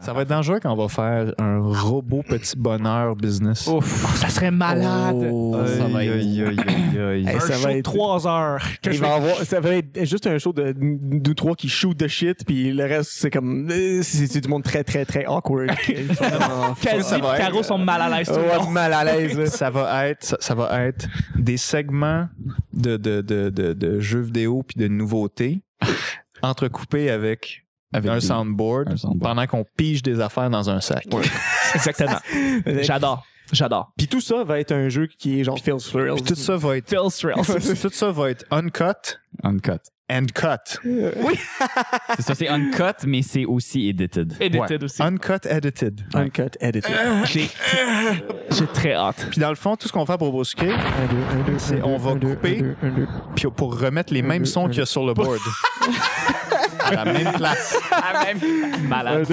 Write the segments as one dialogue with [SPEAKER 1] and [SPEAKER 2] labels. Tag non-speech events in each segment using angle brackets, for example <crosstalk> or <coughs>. [SPEAKER 1] Ça va être dangereux quand on va faire un robot petit bonheur business. Oh,
[SPEAKER 2] Ouf.
[SPEAKER 3] Ça serait Oh, malade.
[SPEAKER 2] ça va
[SPEAKER 1] Aïe,
[SPEAKER 2] être-
[SPEAKER 1] aïe, aïe, aïe, aïe.
[SPEAKER 3] Hey,
[SPEAKER 2] un
[SPEAKER 3] ça
[SPEAKER 2] show
[SPEAKER 3] va
[SPEAKER 2] de
[SPEAKER 3] être-
[SPEAKER 2] trois heures. que
[SPEAKER 3] Il
[SPEAKER 2] je
[SPEAKER 3] va
[SPEAKER 2] vais-
[SPEAKER 3] avoir- ça va être juste un show de deux, trois qui shoot de shit, puis le reste, c'est comme. euh, C'est c'est du monde très, très, très
[SPEAKER 2] <laughs>
[SPEAKER 3] awkward. Ils sont oh, vraiment-
[SPEAKER 2] Oh, Kelsey
[SPEAKER 1] Ça
[SPEAKER 2] et
[SPEAKER 1] va être-
[SPEAKER 2] Caro sont mal à l'aise tout le
[SPEAKER 3] Ouais,
[SPEAKER 2] long.
[SPEAKER 3] Oh, <laughs> mal à l'aise. là.
[SPEAKER 1] ça va être ça, ça va être des segments de, de, de, de, de jeux vidéo puis de nouveautés <laughs> entrecoupés avec,
[SPEAKER 4] Avec
[SPEAKER 1] un,
[SPEAKER 4] des-
[SPEAKER 1] soundboard
[SPEAKER 4] un soundboard.
[SPEAKER 1] pendant qu'on pige des affaires dans un sac.
[SPEAKER 2] Exactement. J'adore. J'adore.
[SPEAKER 3] Puis tout ça va être un jeu qui est genre Phil Thrill.
[SPEAKER 1] Puis tout ça va
[SPEAKER 3] <laughs>
[SPEAKER 1] être
[SPEAKER 2] Phil Strills.
[SPEAKER 1] <laughs> tout ça va être uncut
[SPEAKER 4] Uncut.
[SPEAKER 1] and cut.
[SPEAKER 4] C'est ça, c'est uncut, mais c'est aussi edited.
[SPEAKER 2] Edited aussi.
[SPEAKER 1] Uncut edited.
[SPEAKER 3] Uncut, edited.
[SPEAKER 2] J'ai Ah. j'ai très hâte.
[SPEAKER 1] Puis dans le fond, tout ce qu'on fait pour Brosquet,
[SPEAKER 3] Un, deux, un, deux,
[SPEAKER 1] C'est-
[SPEAKER 3] un,
[SPEAKER 1] on
[SPEAKER 3] deux,
[SPEAKER 1] va
[SPEAKER 3] un, deux,
[SPEAKER 1] couper.
[SPEAKER 3] un, deux, un, deux.
[SPEAKER 1] puis pour remettre les mêmes sons qu'il y a sur le board. à la même place.
[SPEAKER 4] Ah,
[SPEAKER 2] Malade.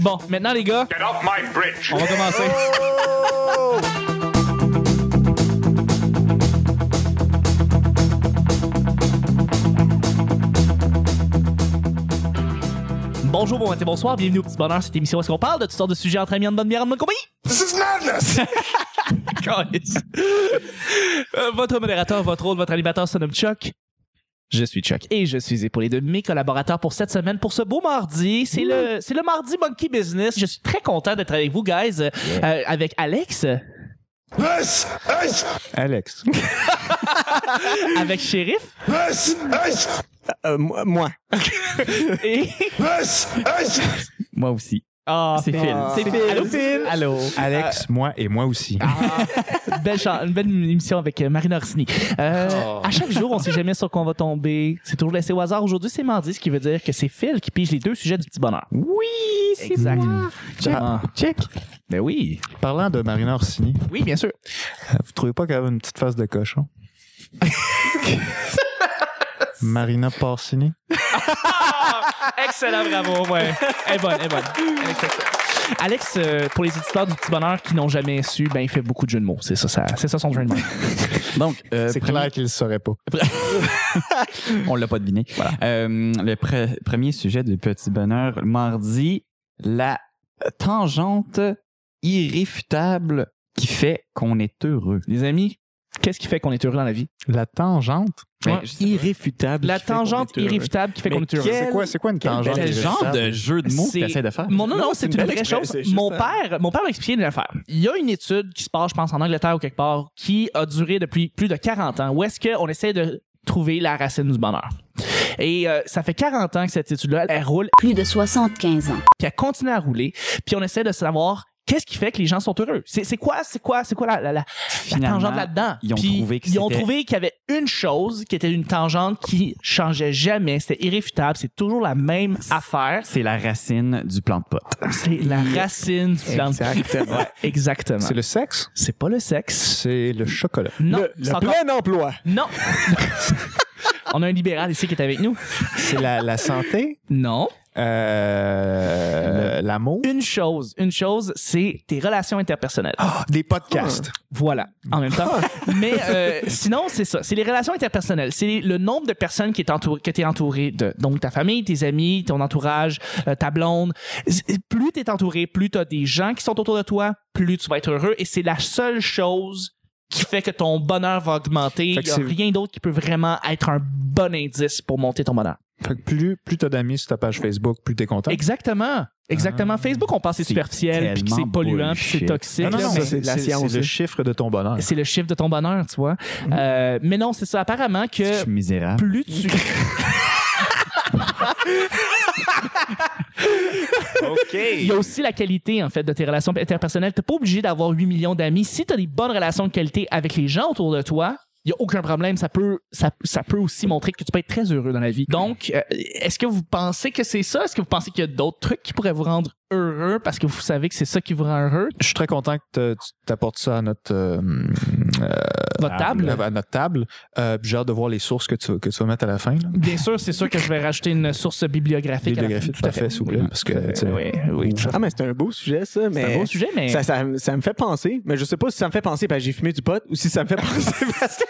[SPEAKER 2] Bon, maintenant les gars,
[SPEAKER 5] Get off my bridge.
[SPEAKER 2] on va commencer. <laughs> Bonjour, bon matin, bonsoir, bienvenue au Petit Bonheur, cette émission où est-ce qu'on parle de toutes sortes de sujets entre amis, en bonne bière, en bonne compagnie. <laughs> This is madness! Euh, votre modérateur, votre rôle, votre animateur se nomme Chuck. Je suis Chuck et je suis épaulé de mes collaborateurs pour cette semaine, pour ce beau mardi. C'est le, c'est le mardi Monkey Business. Je suis très content d'être avec vous, guys, euh, euh, avec Alex,
[SPEAKER 1] Alex.
[SPEAKER 2] avec Sheriff <laughs>
[SPEAKER 3] Euh, moi- Moi.
[SPEAKER 2] et...
[SPEAKER 4] Moi aussi.
[SPEAKER 2] Ah,
[SPEAKER 4] C'est Phil.
[SPEAKER 2] C'est Phil. Allô, Phil.
[SPEAKER 4] Allô.
[SPEAKER 1] Alex, moi et moi aussi.
[SPEAKER 2] Une belle, chan- une belle émission avec euh, Marina Orsini. Euh, À chaque jour, on sait jamais sur quoi on va tomber. C'est toujours laissé au hasard. Aujourd'hui, c'est mardi, ce qui veut dire que c'est Phil qui pige les deux sujets du petit bonheur. Oui, c'est exact. Exactement. Ah.
[SPEAKER 4] Check. Ben oui.
[SPEAKER 1] Parlant de Marina Orsini, euh,
[SPEAKER 2] Oui, bien sûr.
[SPEAKER 1] Vous trouvez pas qu'elle avait une petite face de cochon? Marina Porcini?
[SPEAKER 2] Excellent, bravo. Ouais. Elle est bonne, elle est bonne. Elle est excellente. Alex, euh, pour les auditeurs du petit bonheur qui n'ont jamais su, ben il fait beaucoup de jeux de mots. C'est ça, ça- c'est ça son jeu de mots.
[SPEAKER 4] Donc, euh,
[SPEAKER 1] C'est clair qu'il le saurait pas.
[SPEAKER 4] on l'a pas deviné. Euh, le pre- premier sujet du petit bonheur, mardi, la tangente irréfutable qui fait qu'on est heureux.
[SPEAKER 2] Les amis, qu'est-ce qui fait qu'on est heureux dans la vie
[SPEAKER 1] La tangente?
[SPEAKER 4] Ben,
[SPEAKER 2] Ouais.
[SPEAKER 4] je sais pas.
[SPEAKER 3] Irréfutable.
[SPEAKER 2] La
[SPEAKER 3] qui fait qu'on
[SPEAKER 2] tangente
[SPEAKER 3] est heureux.
[SPEAKER 2] irréfutable qui fait
[SPEAKER 3] Mais
[SPEAKER 2] qu'on est heureux.
[SPEAKER 3] quel-
[SPEAKER 1] C'est quoi, c'est quoi une
[SPEAKER 3] quelle
[SPEAKER 1] tangente?
[SPEAKER 3] belle
[SPEAKER 4] Quel genre de jeu de mots que
[SPEAKER 2] C'est-
[SPEAKER 4] tu essaies de faire?
[SPEAKER 2] Mon, non, non,
[SPEAKER 3] Non,
[SPEAKER 2] c'est
[SPEAKER 3] c'est
[SPEAKER 2] une,
[SPEAKER 3] une
[SPEAKER 2] vraie
[SPEAKER 3] belle
[SPEAKER 2] chose.
[SPEAKER 3] expression, c'est
[SPEAKER 2] Mon
[SPEAKER 3] juste
[SPEAKER 2] père, mon père m'a expliqué une affaire. Il y a une étude qui se passe, je pense, en Angleterre ou quelque part, qui a duré depuis plus de 40 ans, où est-ce qu'on essaie de trouver la racine du bonheur. Et euh, ça fait 40 ans que cette étude-là, elle roule,
[SPEAKER 6] plus de 75 ans.
[SPEAKER 2] puis elle continue à rouler, puis on essaie de savoir qu'est-ce qui fait que les gens sont heureux. C'est c'est quoi, c'est quoi, c'est quoi la, la, la, la
[SPEAKER 4] Finalement,
[SPEAKER 2] tangente là-dedans?
[SPEAKER 4] ils ont
[SPEAKER 2] Puis
[SPEAKER 4] trouvé que
[SPEAKER 2] Ils ont
[SPEAKER 4] c'était-
[SPEAKER 2] trouvé qu'il y avait une chose qui était une tangente qui changeait jamais, c'était irréfutable, c'est toujours la même affaire,
[SPEAKER 4] C'est la racine du plan de pote.
[SPEAKER 2] c'est la racine du plan de-
[SPEAKER 3] Exactement.
[SPEAKER 2] Ouais, exactement.
[SPEAKER 1] C'est le sexe?
[SPEAKER 2] C'est pas le sexe.
[SPEAKER 1] C'est le chocolat.
[SPEAKER 2] Non,
[SPEAKER 3] Le, le
[SPEAKER 2] c'est encore-
[SPEAKER 3] plein emploi.
[SPEAKER 2] Non. <laughs> On a un libéral ici qui est avec nous.
[SPEAKER 1] C'est la, la santé?
[SPEAKER 2] Non.
[SPEAKER 1] Euh, L'amour?
[SPEAKER 2] Une chose, une chose, c'est tes relations interpersonnelles.
[SPEAKER 1] Des podcasts.
[SPEAKER 2] Voilà, en
[SPEAKER 1] <laughs>
[SPEAKER 2] même temps. Mais euh, sinon, c'est ça. C'est les relations interpersonnelles. C'est le nombre de personnes qui est entouré, que tu es entouré de. Donc, ta famille, tes amis, ton entourage, euh, ta blonde. C'est- Plus tu es entouré, plus tu as des gens qui sont autour de toi, plus tu vas être heureux. Et c'est la seule chose qui fait que ton bonheur va augmenter. Il
[SPEAKER 1] Fait que
[SPEAKER 2] n'y a
[SPEAKER 1] c'est-
[SPEAKER 2] rien d'autre qui peut vraiment être un bon indice pour monter ton bonheur.
[SPEAKER 1] Fait que plus plus t'as d'amis sur ta page Facebook, plus t'es content.
[SPEAKER 2] Exactement. Exactement.
[SPEAKER 1] Ah.
[SPEAKER 2] Facebook, on pense que c'est
[SPEAKER 4] C'est
[SPEAKER 2] superficiel, puis que c'est
[SPEAKER 4] tellement
[SPEAKER 2] polluant, puis que c'est
[SPEAKER 4] bullshit.
[SPEAKER 2] toxique.
[SPEAKER 1] Non, non, non,
[SPEAKER 2] mais-
[SPEAKER 1] c'est
[SPEAKER 3] la
[SPEAKER 1] c'est-
[SPEAKER 3] science,
[SPEAKER 1] c'est le
[SPEAKER 3] hein.
[SPEAKER 1] chiffre de ton bonheur.
[SPEAKER 2] c'est le chiffre de ton bonheur, tu vois. Euh, mais non, c'est ça. Apparemment
[SPEAKER 4] Je
[SPEAKER 2] que
[SPEAKER 4] suis misérable.
[SPEAKER 2] plus tu. Il y a aussi la qualité, en fait, de tes relations interpersonnelles. T'es pas obligé d'avoir 8 millions d'amis. Si t'as des bonnes relations de qualité avec les gens autour de toi, il n'y a aucun problème. Ça peut, ça, ça peut aussi montrer que tu peux être très heureux dans la vie. Donc, euh, est-ce que vous pensez que c'est ça? Est-ce que vous pensez qu'il y a d'autres trucs qui pourraient vous rendre heureux parce que vous savez que c'est ça qui vous rend heureux?
[SPEAKER 1] Je suis très content que te- tu t'apportes ça à notre euh,
[SPEAKER 2] Votre table?
[SPEAKER 1] à notre table. Euh, puis J'ai hâte de voir les sources que tu, que tu vas mettre à la fin. là.
[SPEAKER 2] Bien sûr, c'est sûr que je vais rajouter une source bibliographique. à la fin.
[SPEAKER 1] Bibliographie,
[SPEAKER 2] Tout à fait.
[SPEAKER 1] s'il vous plaît. Parce que, tu sais,
[SPEAKER 2] Oui, oui, tout à fait.
[SPEAKER 3] Ah, mais c'est un beau sujet, ça.
[SPEAKER 2] C'est
[SPEAKER 3] mais
[SPEAKER 2] un beau sujet, mais.
[SPEAKER 3] Ça, ça, ça me fait penser, mais je sais pas si ça me fait penser parce que j'ai <laughs> fumé du pot ou si ça me fait penser parce que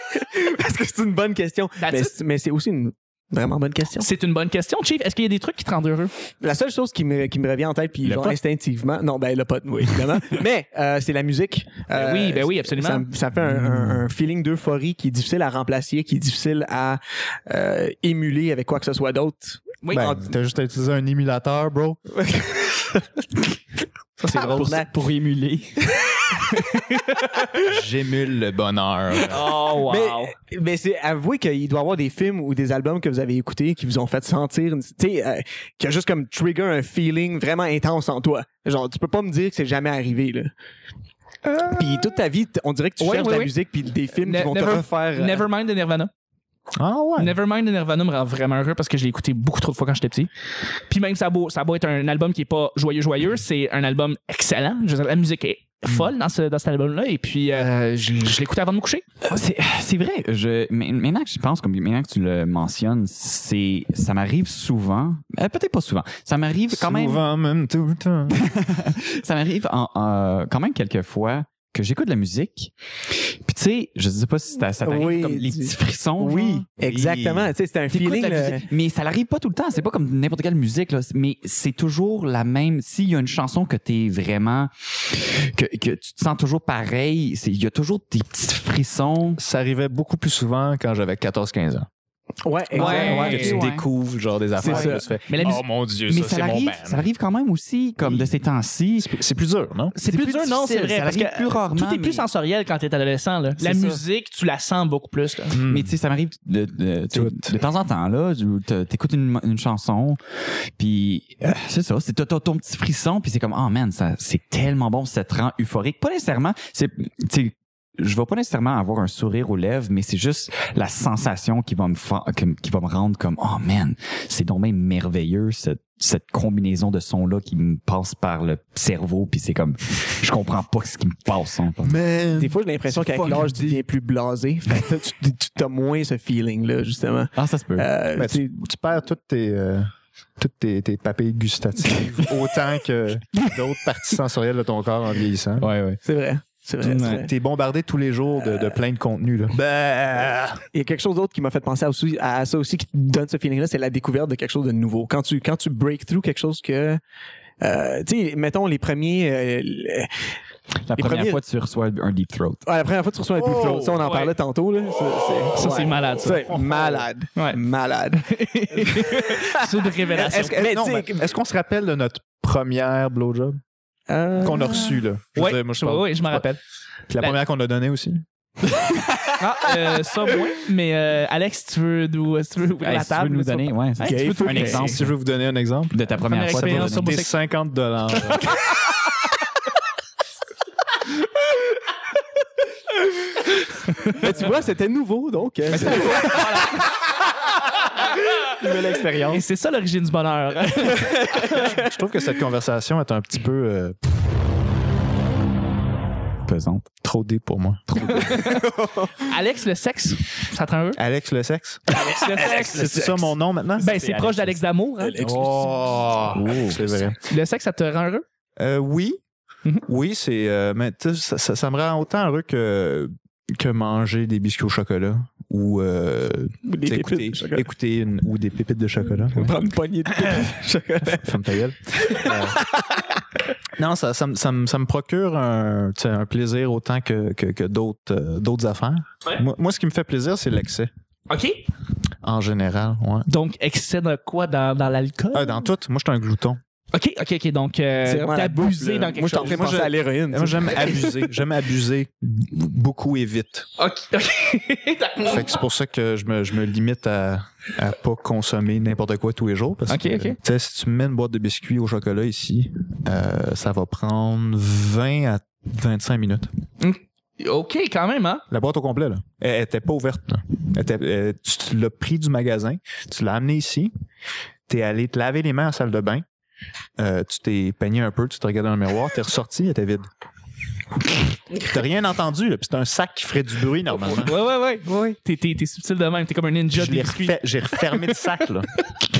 [SPEAKER 3] parce que c'est une bonne question.
[SPEAKER 2] That's
[SPEAKER 3] Mais,
[SPEAKER 2] it.
[SPEAKER 3] c'est- mais c'est aussi une Vraiment bonne question.
[SPEAKER 2] C'est une bonne question, Chief. Est-ce qu'il y a des trucs qui te rendent heureux?
[SPEAKER 3] La seule chose qui me, qui me revient en tête, puis
[SPEAKER 4] Le
[SPEAKER 3] genre
[SPEAKER 4] pot.
[SPEAKER 3] instinctivement, non, ben le pote,
[SPEAKER 2] <laughs>
[SPEAKER 3] oui, évidemment. Mais euh, c'est la musique.
[SPEAKER 2] Ben
[SPEAKER 3] Euh,
[SPEAKER 2] oui, ben oui, absolument.
[SPEAKER 3] Ça, ça fait un, un- un feeling d'euphorie qui est difficile à remplacer, qui est difficile à euh, émuler avec quoi que ce soit d'autre.
[SPEAKER 2] Oui.
[SPEAKER 1] Ben, t'as juste à utiliser un émulateur, bro.
[SPEAKER 3] Ça, c'est
[SPEAKER 4] Pour, pour émuler.
[SPEAKER 1] J'émule le bonheur.
[SPEAKER 2] Oh, wow.
[SPEAKER 3] Mais, mais c'est avoué qu'il doit y avoir des films ou des albums que vous avez écoutés qui vous ont fait sentir, une- tu sais, euh, qui a juste comme trigger un feeling vraiment intense en toi. Genre, tu peux pas me dire que c'est jamais arrivé, là.
[SPEAKER 2] Euh,
[SPEAKER 3] Puis toute ta vie, t- on dirait que tu
[SPEAKER 2] Ouais,
[SPEAKER 3] cherches
[SPEAKER 2] ouais,
[SPEAKER 3] de la
[SPEAKER 2] ouais.
[SPEAKER 3] musique puis des films
[SPEAKER 2] Ne-
[SPEAKER 3] qui vont te
[SPEAKER 2] never-
[SPEAKER 3] refaire. euh,
[SPEAKER 2] Nevermind de Nirvana.
[SPEAKER 1] <laughs> Ah ouais.
[SPEAKER 2] Nevermind de Nirvana me rend vraiment heureux parce que je l'ai écouté beaucoup trop de fois quand j'étais petit. Puis même ça a beau, ça a beau être un album qui est pas joyeux joyeux, c'est un album excellent. Je veux dire, la musique est folle dans, ce, dans cet album-là et puis euh, je, je l'écoutais avant de me coucher.
[SPEAKER 4] Ah, C'est c'est vrai. Je, mais- maintenant que je pense, comme maintenant que tu le mentionnes, c'est ça m'arrive souvent. Euh, Peut-être pas souvent. Ça m'arrive quand même.
[SPEAKER 1] Souvent, même tout le temps.
[SPEAKER 4] ça m'arrive en- en- quand même quelques fois que j'écoute de la musique. Puis tu sais, je sais pas si ça, ça t'arrive
[SPEAKER 3] Oui,
[SPEAKER 4] comme les
[SPEAKER 3] tu-
[SPEAKER 4] petits frissons.
[SPEAKER 3] Oui,
[SPEAKER 4] genre.
[SPEAKER 3] exactement. Tu sais, c'est un
[SPEAKER 4] T'écoutes
[SPEAKER 3] feeling. euh,
[SPEAKER 4] la
[SPEAKER 3] là.
[SPEAKER 4] musique. Mais ça l'arrive pas tout le temps. C'est pas comme n'importe quelle musique, là. mais c'est toujours la même. S'il y a une chanson que t'es vraiment. Que, que tu te sens toujours pareil, c'est- il y a toujours des petits frissons.
[SPEAKER 1] Ça arrivait beaucoup plus souvent quand j'avais 14-15 ans.
[SPEAKER 3] Ouais, exact.
[SPEAKER 2] Ouais,
[SPEAKER 1] que tu
[SPEAKER 4] ouais.
[SPEAKER 1] découvres genre des affaires.
[SPEAKER 3] Eh C'est
[SPEAKER 1] que
[SPEAKER 3] ça.
[SPEAKER 1] tu fais,
[SPEAKER 2] Mais la musique-
[SPEAKER 1] oh mon Dieu,
[SPEAKER 4] Mais
[SPEAKER 1] ça,
[SPEAKER 4] ça
[SPEAKER 1] c'est mon
[SPEAKER 4] l'arrive,
[SPEAKER 1] band.
[SPEAKER 4] ça arrive quand même aussi, comme de ces temps-ci.
[SPEAKER 1] C'est plus- C'est plus dur, non?
[SPEAKER 2] C'est plus, dur, non, c'est
[SPEAKER 4] difficile,
[SPEAKER 2] vrai.
[SPEAKER 4] Ça
[SPEAKER 2] parce
[SPEAKER 4] arrive
[SPEAKER 2] que
[SPEAKER 4] plus rarement.
[SPEAKER 2] tout est plus
[SPEAKER 4] mais-
[SPEAKER 2] sensoriel quand t'es adolescent. là. La
[SPEAKER 4] C'est ça.
[SPEAKER 2] musique, tu la sens beaucoup plus. là.
[SPEAKER 4] Mais tu sais, ça m'arrive de, de, de-
[SPEAKER 1] Tout.
[SPEAKER 4] de temps en temps, là, tu- t'as- t'écoutes une, une chanson, puis euh, c'est ça, c'est t'as ton, ton petit frisson, puis c'est comme, oh man, ça, c'est tellement bon, ça te rend euphorique. Pas nécessairement, c'est, tu sais, je vais pas nécessairement avoir un sourire aux lèvres, mais c'est juste la sensation qui va me fa- qui, qui va me rendre comme, oh man, c'est donc même merveilleux, cette, cette combinaison de sons-là qui me passe par le cerveau, puis c'est comme, je comprends pas ce qui me passe. hein.
[SPEAKER 1] Mais
[SPEAKER 3] Des fois, j'ai l'impression qu'avec
[SPEAKER 1] fucking
[SPEAKER 3] l'âge, tu deviens plus blasé. <laughs> Fait que tu- tu tu- t'as moins ce feeling-là, justement.
[SPEAKER 4] Ah, ça se peut.
[SPEAKER 3] Euh,
[SPEAKER 1] Ben,
[SPEAKER 3] tu sais,
[SPEAKER 1] tu, tu perds toutes tes, euh, toutes tes, tes papilles gustatives autant que d'autres parties sensorielles de ton corps en vieillissant.
[SPEAKER 4] ouais, ouais.
[SPEAKER 3] c'est vrai. C'est vrai, c'est
[SPEAKER 4] Ouais.
[SPEAKER 3] vrai.
[SPEAKER 1] T'es bombardé tous les jours de, de plein de contenu. Là.
[SPEAKER 3] Il y a quelque chose d'autre qui m'a fait penser à, aussi- à ça aussi qui te donne ce feeling-là, c'est la découverte de quelque chose de nouveau. Quand tu quand tu break through quelque chose que euh, tu sais, mettons les premiers euh, le-
[SPEAKER 4] La
[SPEAKER 3] Les
[SPEAKER 4] première
[SPEAKER 3] premiers-
[SPEAKER 4] fois que tu reçois un deep throat.
[SPEAKER 3] ah, la première fois que tu reçois un
[SPEAKER 1] Oh,
[SPEAKER 3] deep throat, ça on en
[SPEAKER 2] ouais.
[SPEAKER 3] parlait tantôt là, ça
[SPEAKER 2] Ça,
[SPEAKER 3] ouais.
[SPEAKER 2] c'est malade, ça.
[SPEAKER 3] C'est malade.
[SPEAKER 2] Ouais.
[SPEAKER 3] Malade.
[SPEAKER 2] c'est une révélation.
[SPEAKER 3] Est-ce que- mais
[SPEAKER 1] Non,
[SPEAKER 3] tu sais,
[SPEAKER 1] mais Est-ce qu'on se rappelle de notre première blowjob
[SPEAKER 3] euh,
[SPEAKER 1] qu'on a reçue? là? Je veux
[SPEAKER 2] Ouais,
[SPEAKER 1] dire, moi, je parle-
[SPEAKER 2] ouais, ouais, je m'en
[SPEAKER 1] parle.
[SPEAKER 2] rappelle.
[SPEAKER 1] Puis la
[SPEAKER 2] La-
[SPEAKER 1] première qu'on a donnée aussi.
[SPEAKER 2] Ah, euh, ça, moi. Mais euh, Alex, tu veux nous, euh, tu veux ouvrir
[SPEAKER 4] Hey,
[SPEAKER 2] la
[SPEAKER 4] si tu veux
[SPEAKER 2] table?
[SPEAKER 4] nous donner ouais,
[SPEAKER 2] Hey, tu veux
[SPEAKER 4] un
[SPEAKER 2] t'ouvrir?
[SPEAKER 4] exemple
[SPEAKER 1] Ben,
[SPEAKER 4] Ben,
[SPEAKER 1] Si je veux vous donner un exemple,
[SPEAKER 4] de ta première,
[SPEAKER 2] Première
[SPEAKER 4] fois. de
[SPEAKER 2] expérience
[SPEAKER 4] donner-
[SPEAKER 1] des 50 dollars.
[SPEAKER 3] ben, tu vois, c'était nouveau donc. euh,
[SPEAKER 2] <laughs>
[SPEAKER 3] Nouvelle
[SPEAKER 2] Et
[SPEAKER 3] expérience.
[SPEAKER 2] c'est ça l'origine du bonheur. <laughs>
[SPEAKER 1] je trouve que cette conversation est un petit peu euh,
[SPEAKER 4] pesante.
[SPEAKER 1] trop dé pour moi.
[SPEAKER 2] Alex, le sexe, ça te rend heureux?
[SPEAKER 1] Alex le sexe?
[SPEAKER 2] Alex, le sexe.
[SPEAKER 1] C'est ça mon nom maintenant?
[SPEAKER 2] Ben, c'est proche d'Alex Damour. hein.
[SPEAKER 1] Oh, c'est vrai.
[SPEAKER 2] Le sexe, ça te rend heureux?
[SPEAKER 1] Euh, oui.
[SPEAKER 2] Mhm.
[SPEAKER 1] Oui, c'est. euh, mais tu sais, ça, ça- ça me rend autant heureux que, que manger des biscuits au chocolat ou euh,
[SPEAKER 3] Ou
[SPEAKER 1] tu
[SPEAKER 3] des
[SPEAKER 1] sais, écouter,
[SPEAKER 3] pépites de chocolat.
[SPEAKER 1] écouter une- ou des pépites de chocolat.
[SPEAKER 3] Prendre une poignée de <laughs> pépites de chocolat.
[SPEAKER 1] Ferme ta gueule. Euh, non, ça, ça, me- ça me- ça me procure un, tu sais, un plaisir autant que, que, que d'autres euh, d'autres affaires.
[SPEAKER 2] Ouais.
[SPEAKER 1] Moi, moi, ce qui me fait plaisir, c'est l'excès,
[SPEAKER 2] OK.
[SPEAKER 1] en général. Ouais.
[SPEAKER 2] Donc, excès de quoi? Dans, dans l'alcool?
[SPEAKER 1] Ah, dans tout, moi, je suis un glouton.
[SPEAKER 2] OK, OK, OK. Donc,
[SPEAKER 3] C'est
[SPEAKER 2] euh,
[SPEAKER 3] vraiment la
[SPEAKER 2] t'abuser
[SPEAKER 3] bouffe, là.
[SPEAKER 2] dans quelque
[SPEAKER 3] Moi, je suis en
[SPEAKER 2] chose.
[SPEAKER 3] train de
[SPEAKER 1] Moi,
[SPEAKER 3] penser
[SPEAKER 1] je-
[SPEAKER 3] à l'héroïne. Ah,
[SPEAKER 1] Moi,
[SPEAKER 3] <laughs>
[SPEAKER 1] j'aime abuser. J'aime abuser beaucoup et vite.
[SPEAKER 2] OK, OK. D'accord.
[SPEAKER 1] Fait que c'est pour ça que je me, je me limite à, à pas consommer n'importe quoi tous les jours. Parce
[SPEAKER 2] Ok,
[SPEAKER 1] que,
[SPEAKER 2] ok.
[SPEAKER 1] tu sais, si tu me mets une boîte de biscuits au chocolat ici, euh, ça va prendre 20 à 25 minutes.
[SPEAKER 2] OK, <laughs> quand même, hein?
[SPEAKER 1] La boîte au complet, là. Elle, elle était pas ouverte. là. Elle était- euh, tu tu l'as pris du magasin, tu l'as amené ici, t'es allé te laver les mains en salle de bain, euh, tu t'es peigné un peu, tu t'es regardé dans le miroir, t'es ressorti, elle était vide. T'as rien entendu, là, puis c'est un sac qui ferait du bruit normalement.
[SPEAKER 2] Ouais, ouais, ouais. ouais. T'es, t'es, t'es subtil de même. T'es comme un ninja
[SPEAKER 1] Je
[SPEAKER 2] des
[SPEAKER 1] l'ai
[SPEAKER 2] biscuits.
[SPEAKER 1] refait- j'ai refermé le sac, là. <laughs>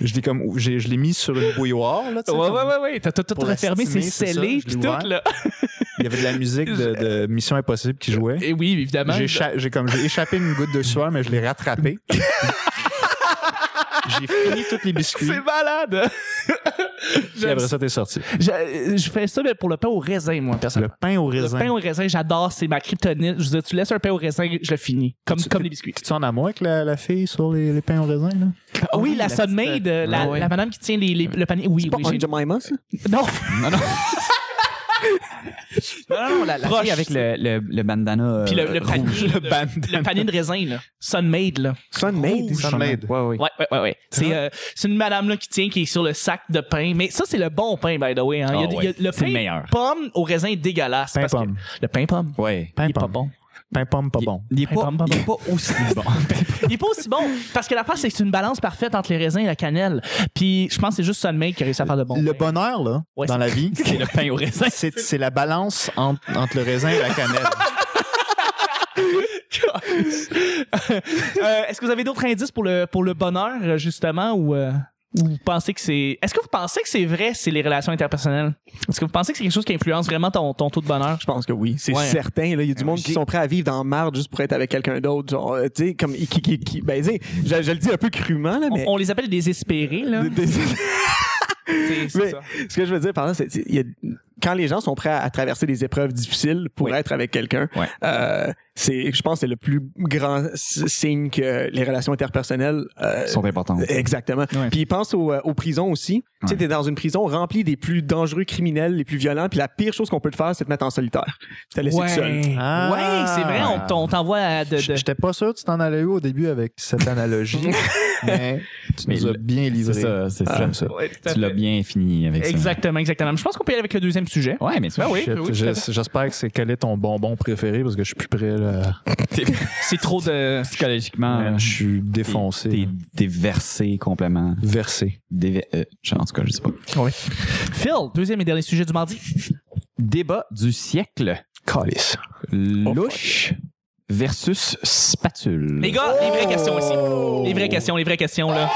[SPEAKER 1] je l'ai comme, j'ai- je l'ai mis sur une bouilloire, là, tu sais,
[SPEAKER 2] Ouais,
[SPEAKER 1] comme-
[SPEAKER 2] ouais, ouais, ouais. T'as t'as tout
[SPEAKER 1] Pour
[SPEAKER 2] refermé, c'est
[SPEAKER 1] l'estimer, c'est ça,
[SPEAKER 2] scellé,
[SPEAKER 1] je
[SPEAKER 2] pis
[SPEAKER 1] l'ai
[SPEAKER 2] tout,
[SPEAKER 1] ouvert.
[SPEAKER 2] là.
[SPEAKER 1] Il y avait de la musique de,
[SPEAKER 2] <laughs>
[SPEAKER 1] de Mission Impossible qui jouait.
[SPEAKER 2] Et oui, évidemment. <laughs>
[SPEAKER 1] J'ai, cha- j'ai comme, j'ai échappé une goutte de sueur, mais je l'ai rattrapée. J'ai fini tous les biscuits.
[SPEAKER 2] C'est malade!
[SPEAKER 1] Puis après ça, t'es sorti.
[SPEAKER 2] je, je fais ça mais pour le pain au raisin, moi,
[SPEAKER 1] Le
[SPEAKER 2] personnellement.
[SPEAKER 1] pain au
[SPEAKER 2] Le
[SPEAKER 1] raisin.
[SPEAKER 2] pain au raisin, j'adore, c'est ma kryptonite. Je veux dire, tu laisses un pain au raisin, je le finis. Comme, comme les biscuits.
[SPEAKER 1] Tu en as moins que la, la fille sur les, les pains au raisin, là?
[SPEAKER 2] Ah oui,
[SPEAKER 4] oui,
[SPEAKER 2] la
[SPEAKER 4] la petite,
[SPEAKER 2] Sunmaid, euh, la,
[SPEAKER 4] ah ouais.
[SPEAKER 2] la madame qui tient les, les- le panier. Oui,
[SPEAKER 3] Pas
[SPEAKER 2] oui,
[SPEAKER 3] un
[SPEAKER 2] j'ai-
[SPEAKER 3] Jemima, ça?
[SPEAKER 2] Non!
[SPEAKER 4] Non, non. non, non, non, la, la
[SPEAKER 2] Proche.
[SPEAKER 4] fille avec le, le, le bandana. euh,
[SPEAKER 2] Puis le, le
[SPEAKER 4] rouge.
[SPEAKER 2] panier, de- le, panier de raisin, là. Sunmaid, là.
[SPEAKER 3] Sunmade.
[SPEAKER 1] Rouge. Sunmaid.
[SPEAKER 4] Ouais, ouais.
[SPEAKER 2] Ouais, ouais, ouais. ouais. C'est euh, c'est une madame là, qui tient, qui est sur le sac de pain. Mais ça, c'est le bon pain, by the way. hein. Il y a-
[SPEAKER 4] Ah
[SPEAKER 2] il y a,
[SPEAKER 4] ouais,
[SPEAKER 2] le
[SPEAKER 4] c'est
[SPEAKER 2] pain
[SPEAKER 4] le meilleur.
[SPEAKER 2] pomme au raisin dégueulasse.
[SPEAKER 1] Pain
[SPEAKER 2] parce que-
[SPEAKER 1] pomme.
[SPEAKER 2] le pain pomme.
[SPEAKER 4] Ouais.
[SPEAKER 1] Pain
[SPEAKER 2] il est pas
[SPEAKER 1] pomme.
[SPEAKER 2] bon.
[SPEAKER 1] Pain pomme, pas bon.
[SPEAKER 4] Il est
[SPEAKER 2] Hey,
[SPEAKER 4] pas,
[SPEAKER 2] pam, pam,
[SPEAKER 4] il est pas aussi bon.
[SPEAKER 2] Il n'est pas aussi bon. Parce que la face, c'est que c'est une balance parfaite entre les raisins et la cannelle. Puis je pense que c'est juste Sunmaid qui a réussi à faire le bon
[SPEAKER 1] Le
[SPEAKER 2] pain.
[SPEAKER 1] bonheur, là,
[SPEAKER 2] Ouais,
[SPEAKER 1] dans
[SPEAKER 2] c'est-
[SPEAKER 1] la
[SPEAKER 2] <laughs>
[SPEAKER 1] vie,
[SPEAKER 4] C'est le pain au raisin.
[SPEAKER 1] c'est c'est la balance entre, entre le raisin et la cannelle.
[SPEAKER 2] Euh, Est-ce que vous avez d'autres indices pour le, pour le bonheur, euh, justement, ou, euh, ou vous pensez que c'est. Est-ce que vous pensez que c'est vrai, c'est les relations interpersonnelles? Est-ce que vous pensez que c'est quelque chose qui influence vraiment ton, ton taux de bonheur?
[SPEAKER 3] Je pense que oui, c'est
[SPEAKER 2] Ouais.
[SPEAKER 3] certain. là. Il y a du monde qui
[SPEAKER 4] j'ai-
[SPEAKER 3] sont prêts à vivre dans la marde juste pour être avec quelqu'un d'autre. Genre, euh, tu sais, comme. Qui, qui, qui- ben, tu sais, je, je le dis un peu crûment, là,
[SPEAKER 2] On,
[SPEAKER 3] mais.
[SPEAKER 2] on les appelle des espérés, là. C'est- c'est
[SPEAKER 3] Mais
[SPEAKER 2] ça.
[SPEAKER 3] ce que je veux dire par là, c'est il y a- quand les gens sont prêts à, à traverser des épreuves difficiles pour
[SPEAKER 4] Oui.
[SPEAKER 3] être avec quelqu'un,
[SPEAKER 4] Ouais.
[SPEAKER 3] euh, c'est, je pense, que c'est le plus grand s- signe que les relations interpersonnelles euh,
[SPEAKER 4] <laughs> Ils sont <laughs> importants.
[SPEAKER 3] Exactement.
[SPEAKER 2] Ouais.
[SPEAKER 3] Puis il pense aux, euh, aux prisons aussi. Tu sais,
[SPEAKER 4] Ouais.
[SPEAKER 3] t'es dans une prison remplie des plus dangereux criminels, les plus violents, puis la pire chose qu'on peut te faire, c'est te mettre en solitaire. Puis te laisser tout seul.
[SPEAKER 1] Ah.
[SPEAKER 2] Ouais, c'est vrai, on, t'en- on t'envoie à de.
[SPEAKER 1] J-
[SPEAKER 2] de-
[SPEAKER 1] J'étais pas sûr que tu t'en allais où au début avec cette
[SPEAKER 2] <laughs>
[SPEAKER 1] analogie, mais tu
[SPEAKER 4] Mais
[SPEAKER 1] nous as
[SPEAKER 4] le-
[SPEAKER 1] bien
[SPEAKER 4] C'est
[SPEAKER 1] livré.
[SPEAKER 4] ça, c'est
[SPEAKER 1] Ah,
[SPEAKER 4] ça.
[SPEAKER 1] j'aime ça.
[SPEAKER 2] Ouais, tout à
[SPEAKER 4] Tu l'as
[SPEAKER 2] fait.
[SPEAKER 4] bien fini avec
[SPEAKER 2] Exactement, exactement. Je pense qu'on peut y aller avec le deuxième sujet.
[SPEAKER 4] ça. Ouais, mais ça,
[SPEAKER 2] Ben oui,
[SPEAKER 1] Shit,
[SPEAKER 2] ben oui, tout à fait.
[SPEAKER 1] j'es- J'espère que c'est quel est ton bonbon préféré parce que je suis plus prêt là.
[SPEAKER 2] c'est trop de. Ah.
[SPEAKER 4] psychologiquement, euh,
[SPEAKER 1] je suis
[SPEAKER 4] t'es-
[SPEAKER 1] défoncé.
[SPEAKER 4] T'es t'es versé complètement.
[SPEAKER 1] Versé.
[SPEAKER 4] Déver- euh, je- en tout cas, je sais pas.
[SPEAKER 2] Phil, deuxième et dernier sujet du mardi.
[SPEAKER 4] Débat du siècle.
[SPEAKER 2] Oh,
[SPEAKER 1] Calice.
[SPEAKER 4] Louche versus spatule.
[SPEAKER 2] Les gars, les vraies questions ici.
[SPEAKER 1] Oh!
[SPEAKER 2] Les vraies questions, les vraies questions,
[SPEAKER 1] <laughs>
[SPEAKER 2] là.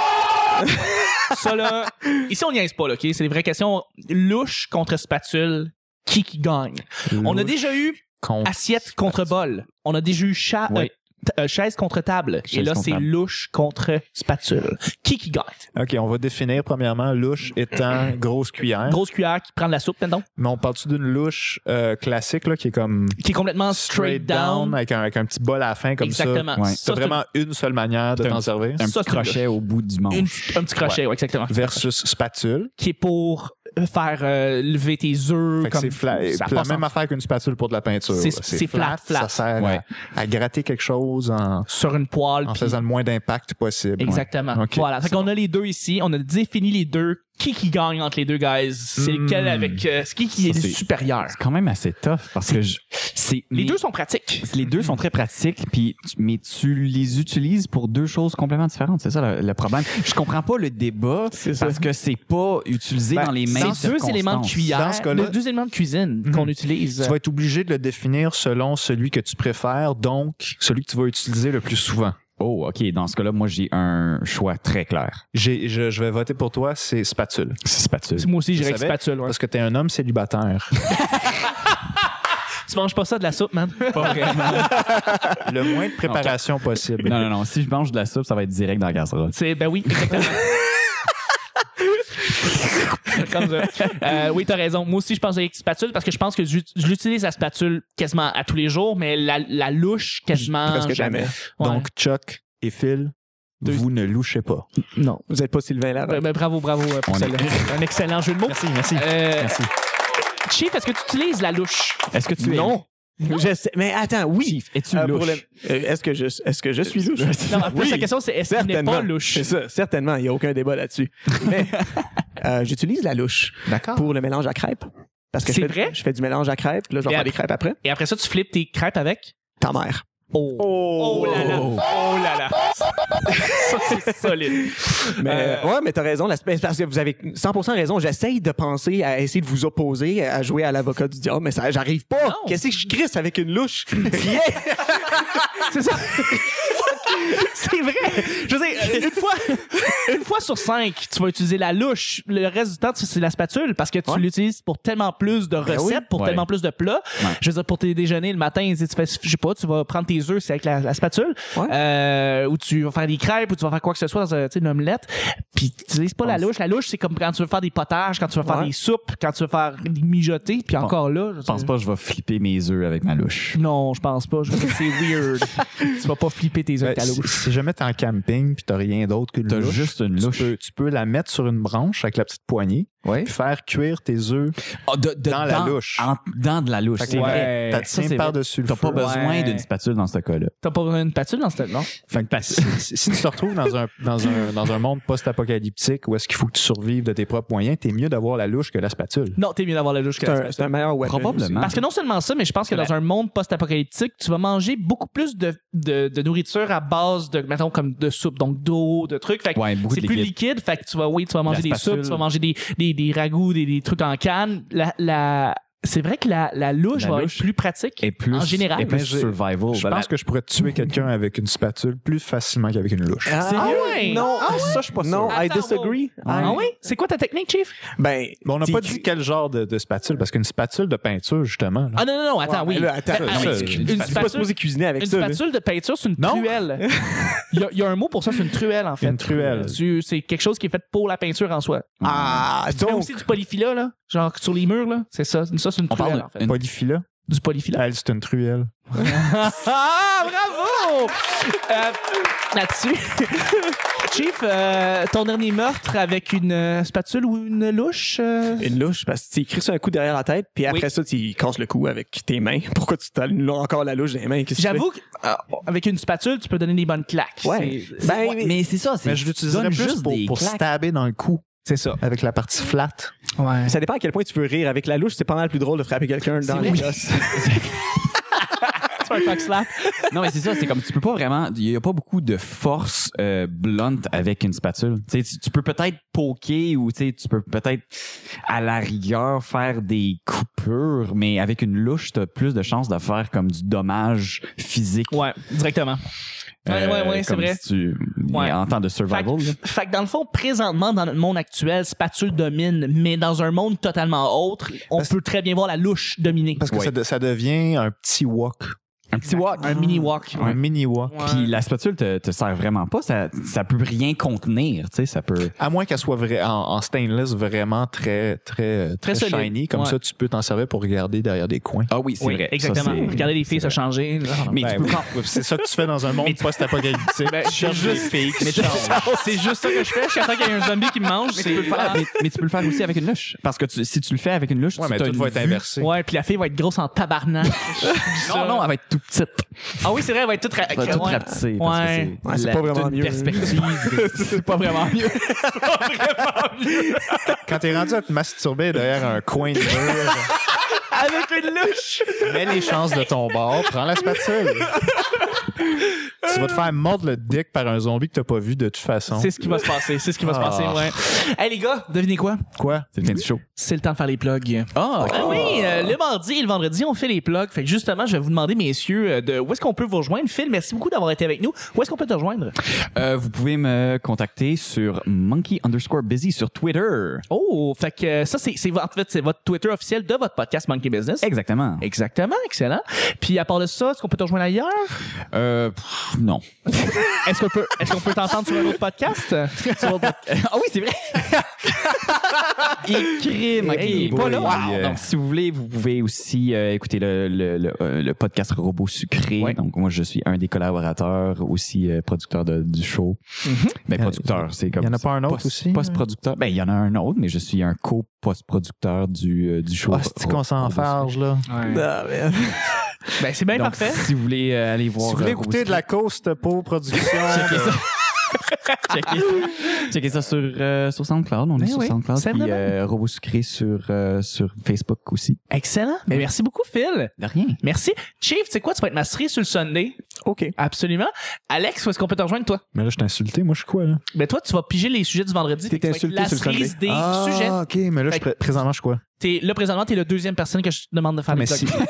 [SPEAKER 2] Ça, là. Ici, on niaise pas, là, OK? C'est les vraies questions. Louche contre spatule. Qui qui gagne? On a déjà eu
[SPEAKER 1] Contre-
[SPEAKER 2] assiette contre bol. On a déjà eu cha-
[SPEAKER 4] Ouais.
[SPEAKER 2] euh, t- euh, chaise contre table. et
[SPEAKER 4] Chaise
[SPEAKER 2] là,
[SPEAKER 4] contre
[SPEAKER 2] c'est
[SPEAKER 4] table.
[SPEAKER 2] louche contre spatule. Qui qui gagne?
[SPEAKER 1] OK, on va définir premièrement louche
[SPEAKER 2] <clears throat>
[SPEAKER 1] étant grosse cuillère.
[SPEAKER 2] Grosse cuillère qui prend de la soupe, maintenant.
[SPEAKER 1] Mais on parle-tu d'une louche euh, classique là, qui est comme
[SPEAKER 2] Qui est complètement straight, down.
[SPEAKER 1] avec, un, avec un petit bol à la fin comme
[SPEAKER 2] Exactement.
[SPEAKER 1] ça.
[SPEAKER 4] Ouais.
[SPEAKER 2] Ça,
[SPEAKER 1] C'est
[SPEAKER 2] c'est
[SPEAKER 1] vraiment une seule manière de
[SPEAKER 4] T'as
[SPEAKER 1] t'en
[SPEAKER 4] un-
[SPEAKER 1] servir.
[SPEAKER 4] un
[SPEAKER 2] ça,
[SPEAKER 4] petit
[SPEAKER 2] c'est une
[SPEAKER 4] crochet au bout du
[SPEAKER 2] une-
[SPEAKER 4] manche.
[SPEAKER 2] un petit crochet, ouais, exactement.
[SPEAKER 1] Versus spatule.
[SPEAKER 2] Qui est pour faire euh, lever tes œufs.
[SPEAKER 1] Fait que
[SPEAKER 2] comme-
[SPEAKER 1] c'est fla-
[SPEAKER 2] ça
[SPEAKER 1] la
[SPEAKER 2] passe en-
[SPEAKER 1] même affaire qu'une spatule pour de la peinture.
[SPEAKER 2] C'est-
[SPEAKER 1] là.
[SPEAKER 2] c'est flat, flat.
[SPEAKER 1] Ça sert
[SPEAKER 4] Ouais.
[SPEAKER 1] à, à gratter quelque chose en,
[SPEAKER 2] sur une poêle.
[SPEAKER 1] en
[SPEAKER 2] puis-
[SPEAKER 1] faisant le moins d'impact possible.
[SPEAKER 2] Exactement.
[SPEAKER 1] Ouais. Ok.
[SPEAKER 2] Voilà. Fait qu'on a les deux ici. On a défini les deux. Qui qui gagne entre les deux, guys? C'est
[SPEAKER 1] Hmm.
[SPEAKER 2] lequel avec... euh, c'est qui qui est,
[SPEAKER 4] Ça,
[SPEAKER 2] le
[SPEAKER 4] c'est-
[SPEAKER 2] supérieur?
[SPEAKER 4] C'est quand même assez tough parce que je- c'est
[SPEAKER 2] Les
[SPEAKER 4] mais-
[SPEAKER 2] deux sont pratiques.
[SPEAKER 4] les deux sont très pratiques, puis tu- mais tu les utilises pour deux choses complètement différentes. C'est ça le, le problème. Je comprends pas le débat
[SPEAKER 3] C'est ça.
[SPEAKER 4] parce que c'est pas utilisé
[SPEAKER 1] Ben,
[SPEAKER 4] dans les mêmes
[SPEAKER 2] C'est deux
[SPEAKER 4] circonstances.
[SPEAKER 2] éléments de cuillère.
[SPEAKER 1] Dans ce cas-là-
[SPEAKER 2] le- deux éléments de cuisine qu'on utilise.
[SPEAKER 1] Tu vas être obligé de le définir selon celui que tu préfères, donc celui que tu vas utiliser le plus souvent.
[SPEAKER 4] Oh, ok. Dans ce cas-là, moi j'ai un choix très clair.
[SPEAKER 1] J'ai- je, je vais voter pour toi, c'est spatule.
[SPEAKER 4] C'est spatule.
[SPEAKER 2] Moi aussi, j'irais
[SPEAKER 1] Je
[SPEAKER 2] avec
[SPEAKER 1] savais,
[SPEAKER 2] spatule. ouais.
[SPEAKER 1] Parce que t'es un homme
[SPEAKER 2] <laughs>
[SPEAKER 1] célibataire.
[SPEAKER 2] Tu manges pas ça de la soupe, man.
[SPEAKER 4] Pas vraiment.
[SPEAKER 1] le moins de préparation possible.
[SPEAKER 4] <laughs> non, non, non. Si je mange de la soupe, ça va être direct dans la casserole.
[SPEAKER 2] <laughs> C'est, ben oui, exactement. Comme ça. Euh, oui, t'as raison. Moi aussi, je pense avec spatule parce que je pense que j'ut- je l'utilise la spatule quasiment à tous les jours, mais la, la louche quasiment.
[SPEAKER 3] Presque jamais.
[SPEAKER 2] Ouais.
[SPEAKER 1] Donc, Chuck et Phil,
[SPEAKER 2] Deux-
[SPEAKER 1] vous ne louchez pas.
[SPEAKER 2] non.
[SPEAKER 3] Vous n'êtes pas Sylvain Larocque.
[SPEAKER 2] Ben, ben, bravo, bravo euh, pour
[SPEAKER 4] On est-
[SPEAKER 2] celle-là. Un excellent jeu de mots.
[SPEAKER 1] Merci, merci.
[SPEAKER 2] Euh,
[SPEAKER 1] Merci.
[SPEAKER 2] Chief, est-ce que tu utilises la louche?
[SPEAKER 4] Est-ce que tu es
[SPEAKER 3] non. Je sais- mais attends, oui.
[SPEAKER 4] Chief, es-tu
[SPEAKER 3] Euh, pour
[SPEAKER 4] louche?
[SPEAKER 3] le- euh, est-ce que je, est-ce que je suis louche?
[SPEAKER 2] <laughs> Non, en plus, la question, c'est est-ce qu'il n'est
[SPEAKER 3] certainement.
[SPEAKER 2] pas louche?
[SPEAKER 3] C'est ça, certainement. Il n'y a aucun débat là-dessus. Mais
[SPEAKER 2] <laughs>
[SPEAKER 3] euh, j'utilise la louche
[SPEAKER 2] D'accord.
[SPEAKER 3] pour le mélange à crêpes. Parce que je
[SPEAKER 2] C'est
[SPEAKER 3] fais,
[SPEAKER 2] vrai?
[SPEAKER 3] je fais du mélange à crêpes. Là, je vais
[SPEAKER 2] Et
[SPEAKER 3] faire des crêpes après.
[SPEAKER 2] Et après ça, tu flippes tes crêpes avec?
[SPEAKER 3] Ta mère.
[SPEAKER 2] Oh. Oh, là là. Oh là là. ça, c'est solide.
[SPEAKER 3] Mais
[SPEAKER 2] Euh,
[SPEAKER 3] ouais, mais t'as raison. la- mais c'est parce que vous avez 100% raison. J'essaye de penser à essayer de vous opposer à jouer à l'avocat du diable, mais ça, j'arrive pas.
[SPEAKER 2] Non. <laughs>
[SPEAKER 3] Qu'est-ce que je crisse avec une louche Rien.
[SPEAKER 2] C'est ça. C'est vrai. Je sais, une fois, une fois sur cinq, tu vas utiliser la louche. Le reste du temps, tu- c'est la spatule parce que tu
[SPEAKER 4] Ouais.
[SPEAKER 2] l'utilises pour tellement plus de
[SPEAKER 4] Ben
[SPEAKER 2] recettes,
[SPEAKER 4] oui.
[SPEAKER 2] pour
[SPEAKER 1] Ouais.
[SPEAKER 2] tellement plus de plats.
[SPEAKER 4] Ouais.
[SPEAKER 2] Je veux dire, pour tes déjeuners le matin, tu sais, tu fais, je sais pas, tu vas prendre tes œufs, c'est avec la, la spatule.
[SPEAKER 4] Ouais.
[SPEAKER 2] Euh, ou tu vas faire des crêpes, ou tu vas faire quoi que ce soit dans un, tu sais, une omelette. Puis tu utilises pas la
[SPEAKER 4] Pense-
[SPEAKER 2] louche. La louche, c'est comme quand tu veux faire des potages, quand tu veux faire
[SPEAKER 4] Ouais.
[SPEAKER 2] des soupes, quand tu veux faire des mijotés. Puis encore là, je
[SPEAKER 4] Je pense pas que je vais flipper mes œufs avec ma louche.
[SPEAKER 2] Non, je pense pas. Je veux dire, c'est
[SPEAKER 4] <laughs>
[SPEAKER 2] weird. tu vas pas flipper tes œufs
[SPEAKER 1] Ben,
[SPEAKER 2] avec ta
[SPEAKER 1] si,
[SPEAKER 2] louche.
[SPEAKER 1] si jamais t'es en camping puis t'as rien d'autre qu'une
[SPEAKER 4] T'as
[SPEAKER 1] louche,
[SPEAKER 4] juste une
[SPEAKER 1] tu
[SPEAKER 4] louche. Eh.
[SPEAKER 1] peux, tu peux la mettre sur une branche avec la petite poignée
[SPEAKER 4] Ouais.
[SPEAKER 1] puis faire cuire tes œufs.
[SPEAKER 4] Ah, de- de-
[SPEAKER 1] Dans la louche.
[SPEAKER 4] en- dans de la louche.
[SPEAKER 1] Fait que
[SPEAKER 4] c'est
[SPEAKER 1] ouais,
[SPEAKER 4] vrai.
[SPEAKER 1] T'as
[SPEAKER 4] Ça,
[SPEAKER 1] tiens
[SPEAKER 4] c'est vrai.
[SPEAKER 1] par-dessus le
[SPEAKER 4] T'as pas
[SPEAKER 1] feu.
[SPEAKER 4] besoin
[SPEAKER 2] Ouais.
[SPEAKER 4] d'une spatule dans ce cas-là.
[SPEAKER 2] T'as pas une patule dans cette. Non?
[SPEAKER 1] Fait que si- si, si tu te retrouves dans un, dans un, dans un monde post-apocalyptique où est-ce qu'il faut que tu survives de tes propres moyens, t'es mieux d'avoir la louche que la spatule.
[SPEAKER 2] Non, t'es mieux d'avoir la louche que la
[SPEAKER 3] C'est un,
[SPEAKER 2] spatule.
[SPEAKER 3] c'est un meilleur weapon.
[SPEAKER 4] Probablement.
[SPEAKER 2] Parce que non seulement ça, mais je pense que dans un monde post-apocalyptique, tu vas manger beaucoup plus de, de, de nourriture à base de, mettons, comme de soupe, donc d'eau, de trucs. Fait que
[SPEAKER 4] Ouais, beaucoup
[SPEAKER 2] c'est
[SPEAKER 4] de
[SPEAKER 2] plus
[SPEAKER 4] liquide.
[SPEAKER 2] liquide. Fait que tu vas, oui, tu vas manger des
[SPEAKER 4] La spatule.
[SPEAKER 2] soupes, tu vas manger des, des, des ragoûts, des, des trucs en canne. La, la, c'est vrai que la, la louche
[SPEAKER 4] La
[SPEAKER 2] va
[SPEAKER 4] louche
[SPEAKER 2] être plus pratique.
[SPEAKER 4] Et plus,
[SPEAKER 2] En général.
[SPEAKER 4] et plus
[SPEAKER 1] Mais j'ai-
[SPEAKER 4] survival.
[SPEAKER 1] Je
[SPEAKER 4] Oh, Voilà.
[SPEAKER 1] pense que je pourrais tuer quelqu'un avec une spatule plus facilement qu'avec une louche.
[SPEAKER 3] Ah,
[SPEAKER 2] Sérieux?
[SPEAKER 3] ouais? Non,
[SPEAKER 2] Ah
[SPEAKER 3] ça, je suis pas sûr. Non, I
[SPEAKER 2] Attends,
[SPEAKER 3] disagree.
[SPEAKER 2] Ah
[SPEAKER 3] I-
[SPEAKER 2] oui? C'est quoi ta technique, Chief?
[SPEAKER 3] Ben,
[SPEAKER 1] Mais on n'a
[SPEAKER 3] t'es
[SPEAKER 1] pas
[SPEAKER 3] cru-
[SPEAKER 1] dit quel genre de, de spatule, parce qu'une spatule de peinture, justement. là.
[SPEAKER 2] Ah non, non, non, attends,
[SPEAKER 3] Ouais,
[SPEAKER 2] oui.
[SPEAKER 3] là, attends,
[SPEAKER 2] Ben,
[SPEAKER 1] non,
[SPEAKER 2] ah,
[SPEAKER 1] mais
[SPEAKER 2] oui,
[SPEAKER 1] tu-
[SPEAKER 2] une
[SPEAKER 3] Tu es pas
[SPEAKER 2] spatule,
[SPEAKER 3] supposé cuisiner avec
[SPEAKER 2] une
[SPEAKER 3] ça. là.
[SPEAKER 2] spatule de peinture, c'est une
[SPEAKER 1] Non.
[SPEAKER 2] truelle. Il y, a- il y a un mot pour ça, c'est une truelle, en fait. Euh,
[SPEAKER 1] Une truelle.
[SPEAKER 2] Tu- C'est quelque chose qui est fait pour la peinture en soi.
[SPEAKER 3] Ah,
[SPEAKER 2] Tu fais
[SPEAKER 3] donc.
[SPEAKER 2] aussi du polyphylla, là, genre sur les murs, là. C'est ça, ça c'est une
[SPEAKER 4] On
[SPEAKER 2] truelle,
[SPEAKER 4] parle
[SPEAKER 2] en fait.
[SPEAKER 4] d'une
[SPEAKER 1] Polyphylla,
[SPEAKER 2] Du polyphylla.
[SPEAKER 1] elle, c'est une truelle.
[SPEAKER 2] Ah, bravo! Euh, Là-dessus. <laughs> Chief, euh, ton dernier meurtre avec une euh, spatule ou une louche? euh?
[SPEAKER 3] Une louche, parce que tu écris ça un coup derrière la tête, puis après ça, tu casses le cou avec tes mains. <laughs> Pourquoi tu t'allumes encore la louche dans les mains? Qu'est-ce que tu
[SPEAKER 2] J'avoue qu'avec une spatule, tu peux donner des bonnes claques.
[SPEAKER 3] fais? Ouais.
[SPEAKER 2] C'est-
[SPEAKER 3] Ben,
[SPEAKER 4] Ouais, mais c'est ça, c'est
[SPEAKER 1] Mais je l'utiliserais
[SPEAKER 4] donne
[SPEAKER 1] plus
[SPEAKER 4] juste
[SPEAKER 1] pour,
[SPEAKER 4] des
[SPEAKER 1] pour
[SPEAKER 4] claques.
[SPEAKER 1] stabber dans le cou,
[SPEAKER 2] C'est ça.
[SPEAKER 1] avec la partie flatte.
[SPEAKER 2] Ouais.
[SPEAKER 3] Ça dépend à quel point tu veux rire. Avec la louche, c'est pas mal plus drôle de frapper quelqu'un dans
[SPEAKER 2] vrai.
[SPEAKER 3] les gosses.
[SPEAKER 2] C'est un cock slap.
[SPEAKER 4] Non, mais c'est ça, c'est comme tu peux pas vraiment. Il n'y a pas beaucoup de force euh, blunt avec une spatule. Tu, sais, tu- tu peux peut-être poker ou tu sais, tu peux peut-être à la rigueur faire des coupures, mais avec une louche, tu as plus de chances de faire comme du dommage physique. euh,
[SPEAKER 2] Ouais, directement. Ouais, ouais, ouais, c'est
[SPEAKER 4] comme
[SPEAKER 2] vrai.
[SPEAKER 4] si tu-
[SPEAKER 2] Ouais.
[SPEAKER 4] En temps de
[SPEAKER 2] Fait,
[SPEAKER 4] survival.
[SPEAKER 2] que-
[SPEAKER 4] là.
[SPEAKER 2] fait que dans le fond, présentement, dans notre monde actuel, spatule domine, mais dans un monde totalement autre, on
[SPEAKER 1] Parce-
[SPEAKER 2] peut très bien voir la louche dominer.
[SPEAKER 1] Parce que
[SPEAKER 4] Ouais.
[SPEAKER 1] ça, de- ça devient un petit wok,
[SPEAKER 4] Un petit walk.
[SPEAKER 2] Un mini walk.
[SPEAKER 1] un mini wok.
[SPEAKER 4] Puis la spatule te, te sert vraiment pas, ça, ça peut rien contenir, tu sais, ça peut.
[SPEAKER 1] À moins qu'elle soit vra- en, en stainless vraiment très, très,
[SPEAKER 2] Très
[SPEAKER 1] très,
[SPEAKER 2] solide.
[SPEAKER 1] shiny. Comme
[SPEAKER 2] Ouais.
[SPEAKER 1] ça, tu peux t'en servir pour regarder derrière des coins.
[SPEAKER 4] Ah oui, c'est
[SPEAKER 2] Oui,
[SPEAKER 4] vrai.
[SPEAKER 2] exactement. Regardez les filles se
[SPEAKER 4] change.
[SPEAKER 2] changer. là.
[SPEAKER 4] Mais
[SPEAKER 1] Ben
[SPEAKER 4] tu peux
[SPEAKER 1] oui. C'est ça que tu fais dans <laughs> un monde <laughs> post-apocalyptique.
[SPEAKER 2] Ben,
[SPEAKER 1] Tu cherches
[SPEAKER 2] je-
[SPEAKER 1] des filles qui
[SPEAKER 4] <laughs>
[SPEAKER 2] Mais
[SPEAKER 1] se changent.
[SPEAKER 2] <laughs> c'est juste ça que je fais. Chaque fois qu'il y a un zombie qui me mange, c'est. Ah.
[SPEAKER 4] Tu peux le faire, mais, mais tu peux le faire aussi avec une louche. Parce que tu- si tu le fais avec une louche,
[SPEAKER 1] Ouais,
[SPEAKER 4] tu
[SPEAKER 1] mais
[SPEAKER 4] t'as
[SPEAKER 1] tout
[SPEAKER 4] une
[SPEAKER 1] va être
[SPEAKER 4] vue-
[SPEAKER 1] inversé.
[SPEAKER 2] Ouais, puis la fille va être grosse en
[SPEAKER 4] <laughs>
[SPEAKER 2] tabarnak.
[SPEAKER 4] Non, non, elle va être tout petite.
[SPEAKER 2] Ah oui, c'est vrai, elle va être toute ra-
[SPEAKER 4] Elle va être toute
[SPEAKER 2] ouais.
[SPEAKER 4] rapetissée. parce que
[SPEAKER 2] Ouais.
[SPEAKER 4] c'est
[SPEAKER 3] Ouais, c'est
[SPEAKER 4] la-
[SPEAKER 3] pas vraiment
[SPEAKER 4] toute une
[SPEAKER 3] mieux.
[SPEAKER 4] perspective. <laughs>
[SPEAKER 2] C'est pas vraiment mieux.
[SPEAKER 1] Quand t'es rendu à te masturber derrière un coin de <laughs> mur,
[SPEAKER 2] <laughs> Avec une louche.
[SPEAKER 1] mets les chances de ton bord, prends la <laughs> spatule. tu vas te faire mordre le dick par un zombie que t'as pas vu de toute façon.
[SPEAKER 2] C'est ce qui va se passer. C'est ce qui va se passer,
[SPEAKER 1] Ah.
[SPEAKER 2] ouais. Hey, les gars, devinez quoi?
[SPEAKER 1] quoi?
[SPEAKER 4] C'est le fin du show.
[SPEAKER 2] C'est le temps de faire les plugs.
[SPEAKER 4] Ah,
[SPEAKER 2] Ah oui, euh, le mardi et le vendredi, on fait les plugs. Fait que justement, je vais vous demander, messieurs, euh, de où est-ce qu'on peut vous rejoindre. Phil, merci beaucoup d'avoir été avec nous. Où est-ce qu'on peut te rejoindre?
[SPEAKER 4] Euh, vous pouvez me contacter sur monkey underscore busy sur Twitter.
[SPEAKER 2] Oh, fait que euh, ça, c'est c'est vo- en fait, c'est votre Twitter officiel de votre podcast Monkey Business.
[SPEAKER 4] Exactement.
[SPEAKER 2] Exactement, excellent. Puis à part de ça, est-ce qu'on peut te rejoindre ailleurs?
[SPEAKER 4] Euh, pff, non.
[SPEAKER 2] Est-ce qu'on peut, est-ce qu'on peut t'entendre sur un autre podcast? <laughs> Sur un autre podcast.
[SPEAKER 4] Ah oui,
[SPEAKER 2] <laughs>
[SPEAKER 4] c'est vrai. Il crime, ok.
[SPEAKER 2] Hey,
[SPEAKER 4] Pas
[SPEAKER 1] boy,
[SPEAKER 4] là.
[SPEAKER 1] wow.
[SPEAKER 4] Donc, si vous voulez, vous pouvez aussi euh, écouter le, le, le, euh, le podcast Robot Sucré.
[SPEAKER 2] Ouais.
[SPEAKER 4] Donc, moi, je suis un des collaborateurs, aussi euh, producteur de- du show.
[SPEAKER 2] Mm-hmm.
[SPEAKER 4] Ben, producteur, c'est comme
[SPEAKER 1] Il y en a pas un autre
[SPEAKER 4] post-
[SPEAKER 1] aussi? hein?
[SPEAKER 4] Post-producteur. Ben, il y en a un autre, mais je suis un co-post-producteur du, euh, du show.
[SPEAKER 1] Ah, c'est qu'on s'en
[SPEAKER 4] Robot
[SPEAKER 1] farge, là.
[SPEAKER 3] Ah, man.
[SPEAKER 2] Sucré. Ben, c'est bien
[SPEAKER 4] Sucré. Donc,
[SPEAKER 2] parfait.
[SPEAKER 4] si vous voulez euh, aller voir.
[SPEAKER 1] Si vous voulez
[SPEAKER 4] euh, Robot
[SPEAKER 1] écouter de la Coast pour
[SPEAKER 2] <laughs>
[SPEAKER 1] production, euh,
[SPEAKER 4] checkez, checkez ça sur, euh, sur SoundCloud. On
[SPEAKER 2] Mais
[SPEAKER 4] est sur
[SPEAKER 2] Ben oui,
[SPEAKER 4] SoundCloud.
[SPEAKER 2] c'est
[SPEAKER 4] Puis
[SPEAKER 2] le même.
[SPEAKER 4] euh, Robot Sucré sur, euh, sur Facebook aussi.
[SPEAKER 2] Excellent. Ben, merci beaucoup, Phil.
[SPEAKER 4] De rien.
[SPEAKER 2] Merci. Chief, tu sais quoi? Tu vas être ma cerise sur le Sunday.
[SPEAKER 3] OK.
[SPEAKER 2] Absolument. Alex, où est-ce qu'on peut te rejoindre, toi?
[SPEAKER 1] Mais là, je t'ai insulté. Moi, je suis quoi, là?
[SPEAKER 2] Ben toi, tu vas piger les sujets du vendredi.
[SPEAKER 3] T'es
[SPEAKER 2] fait que tu vas être
[SPEAKER 3] insulté sur
[SPEAKER 2] la
[SPEAKER 3] le
[SPEAKER 2] cerise des
[SPEAKER 1] ah,
[SPEAKER 2] sujets.
[SPEAKER 1] OK, mais là, je
[SPEAKER 2] Fait que-
[SPEAKER 1] pré- présentement, je suis quoi?
[SPEAKER 2] <laughs> T'es, là, présentement, t'es la deuxième personne que je te demande de faire
[SPEAKER 1] Ah,
[SPEAKER 2] Ben,
[SPEAKER 1] Mais
[SPEAKER 2] les
[SPEAKER 1] si,
[SPEAKER 2] plugs.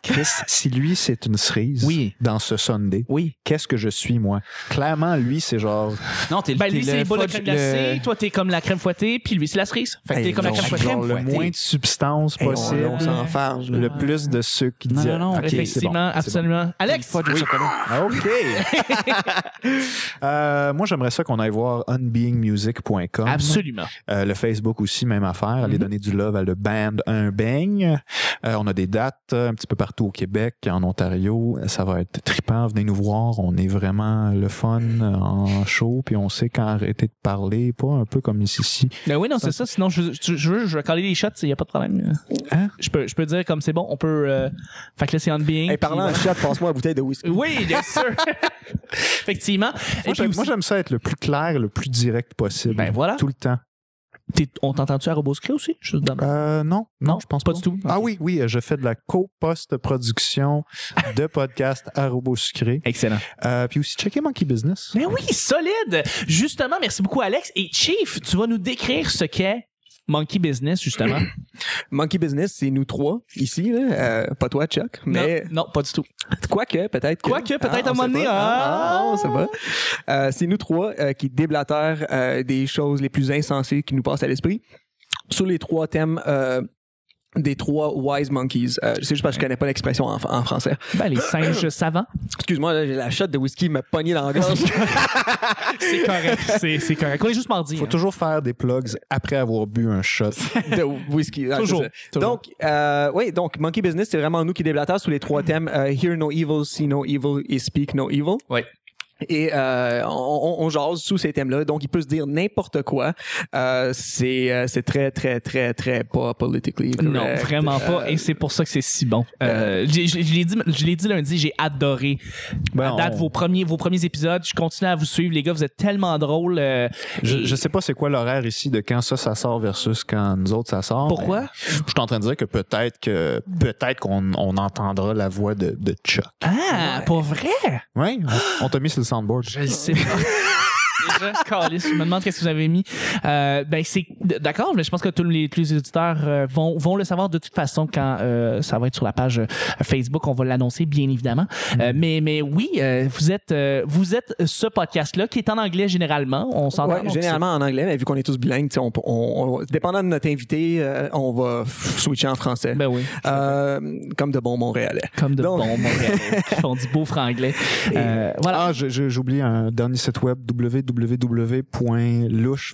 [SPEAKER 1] Chris, si lui, c'est une cerise
[SPEAKER 4] Oui.
[SPEAKER 1] dans ce Sunday,
[SPEAKER 4] Oui.
[SPEAKER 1] qu'est-ce que je suis, moi? Clairement, lui, c'est genre.
[SPEAKER 4] Non, t'es
[SPEAKER 2] Ben,
[SPEAKER 4] t'es
[SPEAKER 2] lui, c'est les boules de
[SPEAKER 4] fudge-
[SPEAKER 2] crème glacée. Toi, t'es comme la crème fouettée. Puis lui, c'est la cerise. Fait que t'es
[SPEAKER 3] Hey,
[SPEAKER 2] comme la
[SPEAKER 3] non,
[SPEAKER 2] crème
[SPEAKER 4] la
[SPEAKER 2] fouettée.
[SPEAKER 1] genre le
[SPEAKER 4] fouettée.
[SPEAKER 1] moins de substance
[SPEAKER 3] Hey, on-
[SPEAKER 1] possible.
[SPEAKER 3] on s'en farge, là.
[SPEAKER 1] le plus de ceux qui
[SPEAKER 4] Non,
[SPEAKER 1] disent.
[SPEAKER 4] non, non,
[SPEAKER 1] Ok, c'est
[SPEAKER 2] Effectivement,
[SPEAKER 1] bon, c'est bon.
[SPEAKER 2] absolument. Alex,
[SPEAKER 4] Fudge au chocolat.
[SPEAKER 1] OK.
[SPEAKER 2] <laughs>
[SPEAKER 1] Euh, moi, j'aimerais ça qu'on aille voir unbeingmusic.com.
[SPEAKER 2] Ah, absolument.
[SPEAKER 1] Euh, le Facebook aussi, même affaire. Allez
[SPEAKER 2] Mhm.
[SPEAKER 1] donner du love à le band Un Bang. Euh, on a des dates euh, un petit peu partout au Québec, en Ontario. Ça va être trippant. Venez nous voir. On est vraiment le fun euh, en show. Puis on sait quand arrêter de parler. Pas un peu comme ici. ici.
[SPEAKER 2] Ben oui, non, c'est ça. Sinon, je, je, je veux, je vais caler les shots, il n'y a pas de problème.
[SPEAKER 1] Hein?
[SPEAKER 2] Je peux, je peux dire comme c'est bon, on peut. euh, Fait que là, c'est on being.
[SPEAKER 3] Hey, parlant à chat, passe-moi la bouteille de whisky.
[SPEAKER 2] Oui, bien sûr. <laughs> Effectivement. Et
[SPEAKER 1] Moi,
[SPEAKER 2] puis
[SPEAKER 1] j'aime- moi,
[SPEAKER 2] aussi,
[SPEAKER 1] j'aime ça être le plus clair, le plus direct possible.
[SPEAKER 2] Ben voilà.
[SPEAKER 1] Tout le temps.
[SPEAKER 2] t'es- on t'entend-tu à Roboscrit aussi? Je suis dedans.
[SPEAKER 1] Euh, non, non, je pense
[SPEAKER 2] pas
[SPEAKER 1] pas.
[SPEAKER 2] du tout.
[SPEAKER 1] Ah oui, oui, euh, je fais de la co-post-production de podcasts à robot sucré.
[SPEAKER 2] Excellent.
[SPEAKER 1] Euh, puis aussi, checker Monkey Business.
[SPEAKER 2] Ben oui, solide. Justement, merci beaucoup, Alex. Et Chief, tu vas nous décrire ce qu'est Monkey Business, <coughs> justement.
[SPEAKER 3] Monkey Business, c'est nous trois, ici, là. Euh, pas toi, Chuck, mais
[SPEAKER 2] Non, non, pas du tout.
[SPEAKER 3] Quoique, peut-être. que-
[SPEAKER 2] Quoique, peut-être
[SPEAKER 3] on
[SPEAKER 2] à un moment
[SPEAKER 3] sait
[SPEAKER 2] donné,
[SPEAKER 3] pas,
[SPEAKER 2] ah!
[SPEAKER 3] on sait pas. Euh, c'est nous trois euh, qui déblatèrent euh, des choses les plus insensées qui nous passent à l'esprit sur les trois thèmes euh, des trois wise monkeys. Euh, c'est juste parce que je connais pas l'expression en, en français.
[SPEAKER 2] Ben, les <coughs> singes savants.
[SPEAKER 3] Excuse-moi, là, j'ai la shot de whisky m'a pogné dans la gorge.
[SPEAKER 2] C'est correct. C'est c'est correct. On est juste mardi.
[SPEAKER 1] Faut
[SPEAKER 2] hein.
[SPEAKER 1] toujours faire des plugs après avoir bu un
[SPEAKER 2] <laughs>
[SPEAKER 1] shot.
[SPEAKER 3] de whisky. Ah,
[SPEAKER 2] Toujours,
[SPEAKER 3] c'est ça.
[SPEAKER 2] toujours.
[SPEAKER 3] Donc, euh, oui, donc Monkey Business, c'est vraiment nous qui déblatons sur les
[SPEAKER 2] Mm-hmm.
[SPEAKER 3] trois thèmes euh, Hear No Evil, See No Evil et Speak No Evil.
[SPEAKER 2] Ouais.
[SPEAKER 3] Et euh, on, on- on jase sous ces thèmes-là, donc il peut se dire n'importe quoi. Euh, c'est euh, c'est très très très très pas politically correct.
[SPEAKER 2] Non, vraiment pas. et c'est pour ça que c'est si bon. Euh, j'ai- j'ai- je l'ai dit, je l'ai dit lundi, j'ai adoré.
[SPEAKER 1] Ben,
[SPEAKER 2] à date,
[SPEAKER 1] on-
[SPEAKER 2] vos, premiers, vos premiers épisodes, je continue à vous suivre. Les gars, vous êtes tellement drôles. euh,
[SPEAKER 1] Je,
[SPEAKER 2] et-
[SPEAKER 1] je sais pas c'est quoi l'horaire ici de quand ça, ça sort versus quand nous autres, ça sort.
[SPEAKER 2] Pourquoi?
[SPEAKER 1] mais Je suis en train de dire que peut-être que peut-être qu'on on entendra la voix de, de Chuck.
[SPEAKER 2] Ah, pour vrai?
[SPEAKER 1] Oui, on, on t'a mis sur le soundboard.
[SPEAKER 2] Je le sais pas. <laughs> Déjà, calisse, je me demande qu'est-ce que vous avez mis. Euh, ben c'est d'accord, mais je pense que tous les, tous les auditeurs euh, vont, vont le savoir de toute façon quand euh, ça va être sur la page euh, Facebook. On va l'annoncer bien évidemment. Euh,
[SPEAKER 3] Mm.
[SPEAKER 2] mais mais oui, euh, vous êtes euh, vous êtes ce podcast là qui est en anglais généralement. On s'entend.
[SPEAKER 3] Ouais,
[SPEAKER 2] donc
[SPEAKER 3] généralement en anglais, mais vu qu'on est tous bilingues, tu sais, on, on- on- dépendant de notre invité, euh, on va switcher en français,
[SPEAKER 2] c'est- Ben oui,
[SPEAKER 3] Euh, comme de bons Montréalais.
[SPEAKER 2] comme de
[SPEAKER 3] Donc-
[SPEAKER 2] bons
[SPEAKER 3] <laughs>
[SPEAKER 2] Montréalais qui font du beau franglais. Euh, voilà.
[SPEAKER 1] Ah, je- je- j'oublie un dernier site web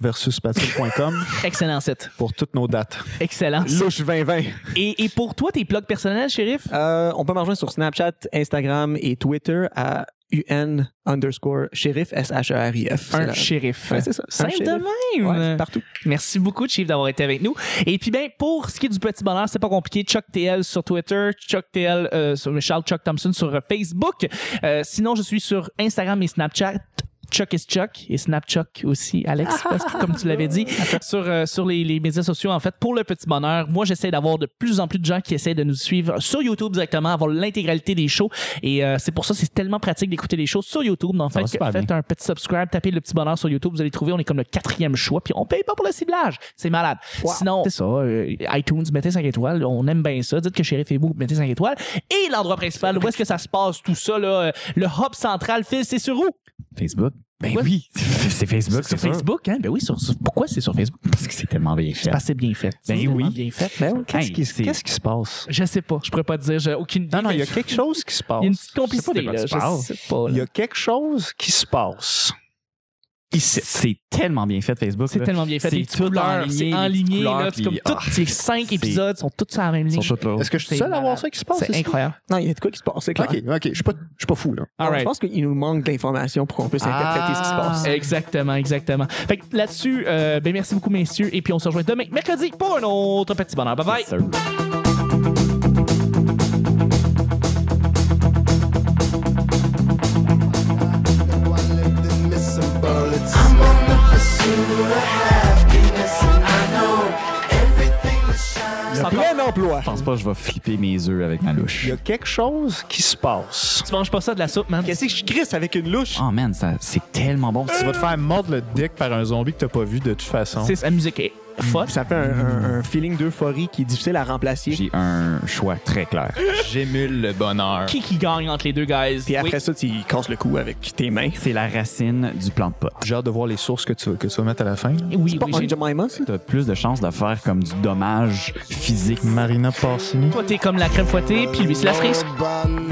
[SPEAKER 1] www.loucheversuspatule.com
[SPEAKER 2] Excellent site.
[SPEAKER 1] pour toutes nos dates.
[SPEAKER 2] Excellent.
[SPEAKER 3] Louche 2020.
[SPEAKER 2] Et, et pour toi, tes blogs personnels, shérif?
[SPEAKER 3] Euh, on peut me rejoindre sur Snapchat, Instagram et Twitter à UN underscore shérif, E S-H-E-R-I-F. C'est
[SPEAKER 2] Un
[SPEAKER 3] la-
[SPEAKER 2] shérif.
[SPEAKER 3] Ouais, c'est ça. Un
[SPEAKER 2] Simple
[SPEAKER 3] shérif.
[SPEAKER 2] de même.
[SPEAKER 3] Ouais, partout.
[SPEAKER 2] Merci beaucoup, Chief, d'avoir été avec nous. Et puis, ben, pour ce qui est du petit bonheur, c'est pas compliqué. Chuck TL sur Twitter, Chuck TL, euh, sur Charles Chuck Thompson sur euh, Facebook. Euh, sinon, je suis sur Instagram et Snapchat. Chuck is Chuck et Snapchuck aussi, Alex, parce que comme tu l'avais dit, sur, euh, sur les, les médias sociaux, en fait, pour le petit bonheur, moi, j'essaie d'avoir de plus en plus de gens qui essaient de nous suivre sur YouTube directement, avoir l'intégralité des shows. Et euh, c'est pour ça, c'est tellement pratique d'écouter les shows sur YouTube. Donc,
[SPEAKER 4] Ça va
[SPEAKER 2] faites,
[SPEAKER 4] super bien.
[SPEAKER 2] faites un petit subscribe, tapez le petit bonheur sur YouTube, vous allez trouver, on est comme le quatrième choix, puis on paye pas pour le ciblage. C'est malade. Sinon, c'est ça, euh, iTunes, mettez 5 étoiles, on aime bien ça. Dites que Chéri et vous, mettez 5 étoiles. Et l'endroit principal, où est-ce que ça se passe, tout ça, là, euh, le hub central, Phil, c'est sur où?
[SPEAKER 4] Facebook. Ben
[SPEAKER 2] Ouais.
[SPEAKER 4] oui, <laughs> c'est Facebook.
[SPEAKER 2] Sur
[SPEAKER 4] c'est ça.
[SPEAKER 2] Facebook, hein? Ben oui, sur, sur- pourquoi c'est sur Facebook?
[SPEAKER 4] Parce que c'est tellement bien fait.
[SPEAKER 2] Parce que c'est bien fait.
[SPEAKER 4] Ben
[SPEAKER 2] C'est
[SPEAKER 4] oui.
[SPEAKER 2] tellement bien fait.
[SPEAKER 1] Qu'est-ce
[SPEAKER 4] Hey,
[SPEAKER 1] qui,
[SPEAKER 4] c'est-
[SPEAKER 1] qu'est-ce qui se passe?
[SPEAKER 2] Je sais pas, je pourrais pas te dire, j'ai aucune
[SPEAKER 1] Non, non, il y a quelque chose qui se passe.
[SPEAKER 2] Il y a une petite
[SPEAKER 1] Je sais pas
[SPEAKER 2] complicité,
[SPEAKER 1] de quoi
[SPEAKER 2] là,
[SPEAKER 1] tu
[SPEAKER 2] je
[SPEAKER 1] parles.
[SPEAKER 2] sais pas.
[SPEAKER 1] Il y
[SPEAKER 2] là.
[SPEAKER 1] a quelque chose qui se passe.
[SPEAKER 4] C'est- C'est tellement bien fait, Facebook.
[SPEAKER 2] C'est
[SPEAKER 4] là.
[SPEAKER 2] tellement bien fait.
[SPEAKER 4] C'est
[SPEAKER 2] Les petites
[SPEAKER 4] tout
[SPEAKER 2] couleurs,
[SPEAKER 4] enligné,
[SPEAKER 2] c'est
[SPEAKER 4] les petites
[SPEAKER 2] enligné,
[SPEAKER 4] couleurs,
[SPEAKER 2] là, c'est
[SPEAKER 4] puis-
[SPEAKER 2] comme tous
[SPEAKER 4] ah,
[SPEAKER 2] ces cinq
[SPEAKER 4] c'est-
[SPEAKER 2] épisodes sont tous sur la même ligne.
[SPEAKER 4] Sur tout, là.
[SPEAKER 1] Est-ce que je suis
[SPEAKER 2] C'est
[SPEAKER 1] seul à
[SPEAKER 2] malade.
[SPEAKER 1] voir ça qui se passe?
[SPEAKER 2] C'est
[SPEAKER 1] ici?
[SPEAKER 2] incroyable.
[SPEAKER 3] Non, il y a de quoi qui se passe, c'est clair.
[SPEAKER 1] OK, OK, je suis pas, je suis pas fou, là.
[SPEAKER 3] Alors, Je pense qu'il nous manque d'informations pour qu'on puisse interpréter ce qui se passe.
[SPEAKER 2] Ah. Exactement, exactement. Fait que là-dessus, euh, ben merci beaucoup, messieurs. Et puis on se rejoint demain, mercredi, pour un autre petit bonheur. Bye bye.
[SPEAKER 4] Yes, sir.
[SPEAKER 5] I'm on the pursuit of happiness, and I know everything that shines.
[SPEAKER 2] C'est encore-
[SPEAKER 3] Plein emploi.
[SPEAKER 4] Je pense pas que je vais flipper mes œufs avec ma louche.
[SPEAKER 1] Il y a quelque chose qui se passe.
[SPEAKER 2] Tu manges pas ça de la soupe, man.
[SPEAKER 3] Qu'est-ce que je crisse avec une louche?
[SPEAKER 4] Oh man, ça- c'est tellement bon.
[SPEAKER 1] Tu vas te faire mordre le dick par un zombie que t'as pas vu de toute façon.
[SPEAKER 2] C'est la musique. est-
[SPEAKER 3] Mm.
[SPEAKER 2] Fuck.
[SPEAKER 3] Ça fait un, un- un feeling d'euphorie qui est difficile à remplacer.
[SPEAKER 4] J'ai un choix très clair.
[SPEAKER 1] J'émule le bonheur.
[SPEAKER 2] Qui qui gagne entre les deux guys?
[SPEAKER 3] Puis après
[SPEAKER 2] Oui.
[SPEAKER 3] ça, tu casses le cou avec tes mains.
[SPEAKER 4] C'est la racine du plan de pote.
[SPEAKER 1] J'ai hâte de voir les sources que tu, que tu vas mettre à la fin.
[SPEAKER 2] oui, oui,
[SPEAKER 3] Pas
[SPEAKER 2] j'ai-
[SPEAKER 3] un Jemima, ça?
[SPEAKER 4] T'as plus de chances de faire comme du dommage physique.
[SPEAKER 1] Marina Parsini.
[SPEAKER 3] Oh.
[SPEAKER 2] Toi, t'es comme la crème fouettée, puis lui, c'est la cerise.
[SPEAKER 5] Bonne